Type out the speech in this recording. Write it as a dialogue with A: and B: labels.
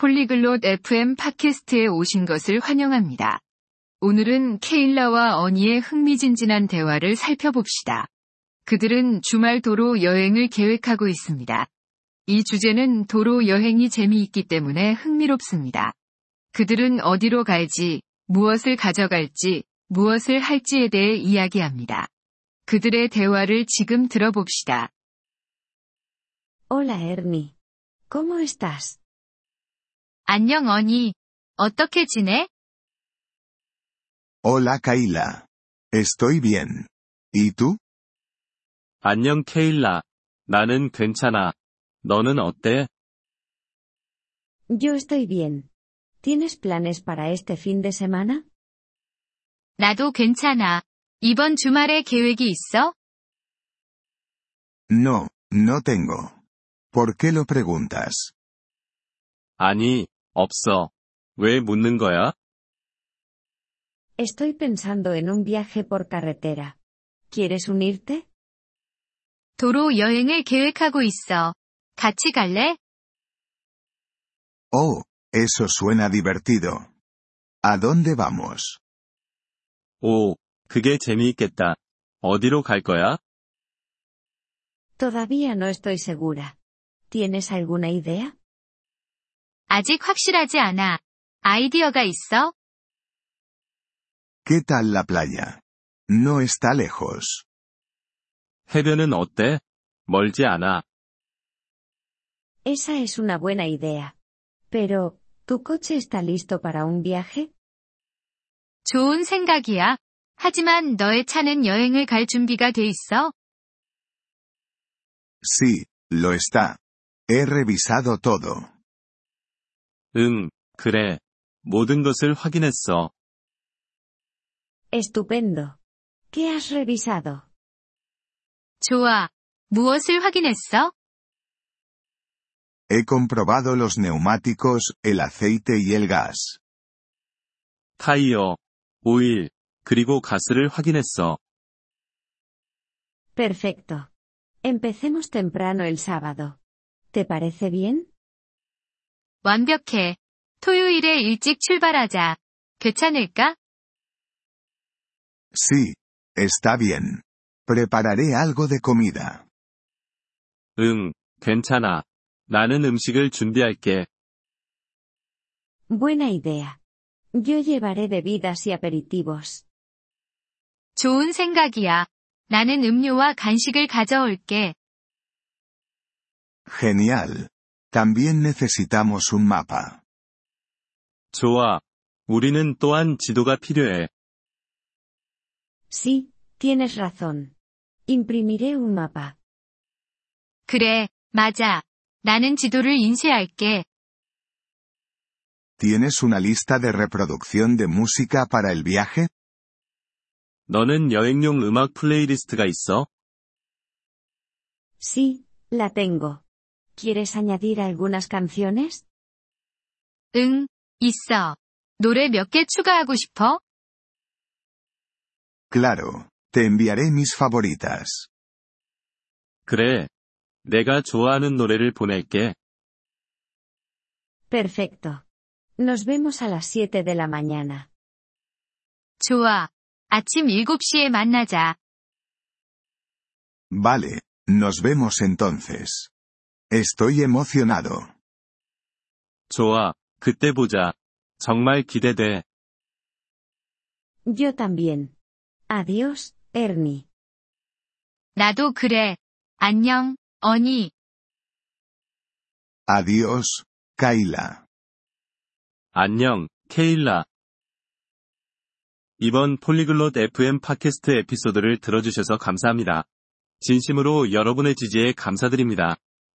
A: 폴리글롯 FM 팟캐스트에 오신 것을 환영합니다. 오늘은 케일라와 어니의 흥미진진한 대화를 살펴봅시다. 그들은 주말 도로 여행을 계획하고 있습니다. 이 주제는 도로 여행이 재미있기 때문에 흥미롭습니다. 그들은 어디로 갈지, 무엇을 가져갈지, 무엇을 할지에 대해 이야기합니다. 그들의 대화를 지금 들어봅시다.
B: Hola Ernie. ¿Cómo estás?
A: 안녕 어니. 어떻게 지내?
C: Hola Kaila. Estoy bien. ¿Y tú?
D: 안녕 케일라. 나는 괜찮아. 너는 어때?
B: Yo estoy bien. ¿Tienes planes para este fin de semana?
A: 나도 괜찮아. 이번 주말에 계획이 있어?
C: No, no tengo. ¿Por qué lo preguntas?
D: 아니, 없어. 왜 묻는 거야?
B: Estoy pensando en un viaje por carretera. ¿Quieres unirte?
A: 도로 여행을 계획하고 있어. 같이 갈래?
C: Oh, eso suena divertido. ¿A dónde vamos?
D: 오, 그게 재미있겠다. 어디로 갈 거야?
B: Todavía no estoy segura. ¿Tienes alguna idea?
A: 아직 확실하지 않아. 아이디어가 있어?
C: ¿Qué tal la playa? No está lejos.
D: 해변은 어때? 멀지 않아.
B: Esa es una buena idea. Pero, ¿tu coche está listo para un viaje?
A: 좋은 생각이야. 하지만 너의 차는 여행을 갈 준비가 돼 있어?
C: Sí, lo está. He revisado todo.
D: 응, 그래. 모든 것을 확인했어.
B: Estupendo. ¿Qué has revisado?
A: 좋아. 무엇을 확인했어?
C: He comprobado los neumáticos, el aceite y el gas.
D: 타이어, 오일, 그리고 가스를 확인했어.
B: Perfecto. Empecemos temprano el sábado. ¿Te parece bien?
A: 완벽해. 토요일에 일찍 출발하자. 괜찮을까?
C: Sí, está bien. Prepararé algo de comida.
D: 응, 괜찮아. 나는 음식을 준비할게.
B: Buena idea. Yo llevaré bebidas y aperitivos.
A: 좋은 생각이야. 나는 음료와 간식을 가져올게.
C: Genial. También necesitamos un mapa.
D: 좋아. 우리는 또한 지도가 필요해.
B: Sí, tienes razón. Imprimiré un mapa.
A: 그래, 맞아. 나는 지도를 인쇄할게.
C: ¿Tienes una lista de reproducción de música para el viaje?
D: 너는 여행용 음악 플레이리스트가 있어?
B: Sí, la tengo. ¿Quieres añadir algunas canciones?
A: 응, 있어. 노래 몇 개 추가하고 싶어?
C: Claro, te enviaré mis favoritas.
D: 그래. 내가 좋아하는 노래를 보낼게.
B: Perfecto. Nos vemos a las 7 de la mañana.
A: 좋아. 아침 7시에 만나자.
C: Vale, nos vemos entonces. Estoy emocionado.
D: 좋아. 그때 보자. 정말 기대돼.
B: Yo también. Adiós, Ernie.
A: 나도 그래. 안녕, 어니.
C: Adiós, Kaila.
D: 안녕, 케일라. 이번 폴리글롯 FM 팟캐스트 에피소드를 들어주셔서 감사합니다. 진심으로 여러분의 지지에 감사드립니다.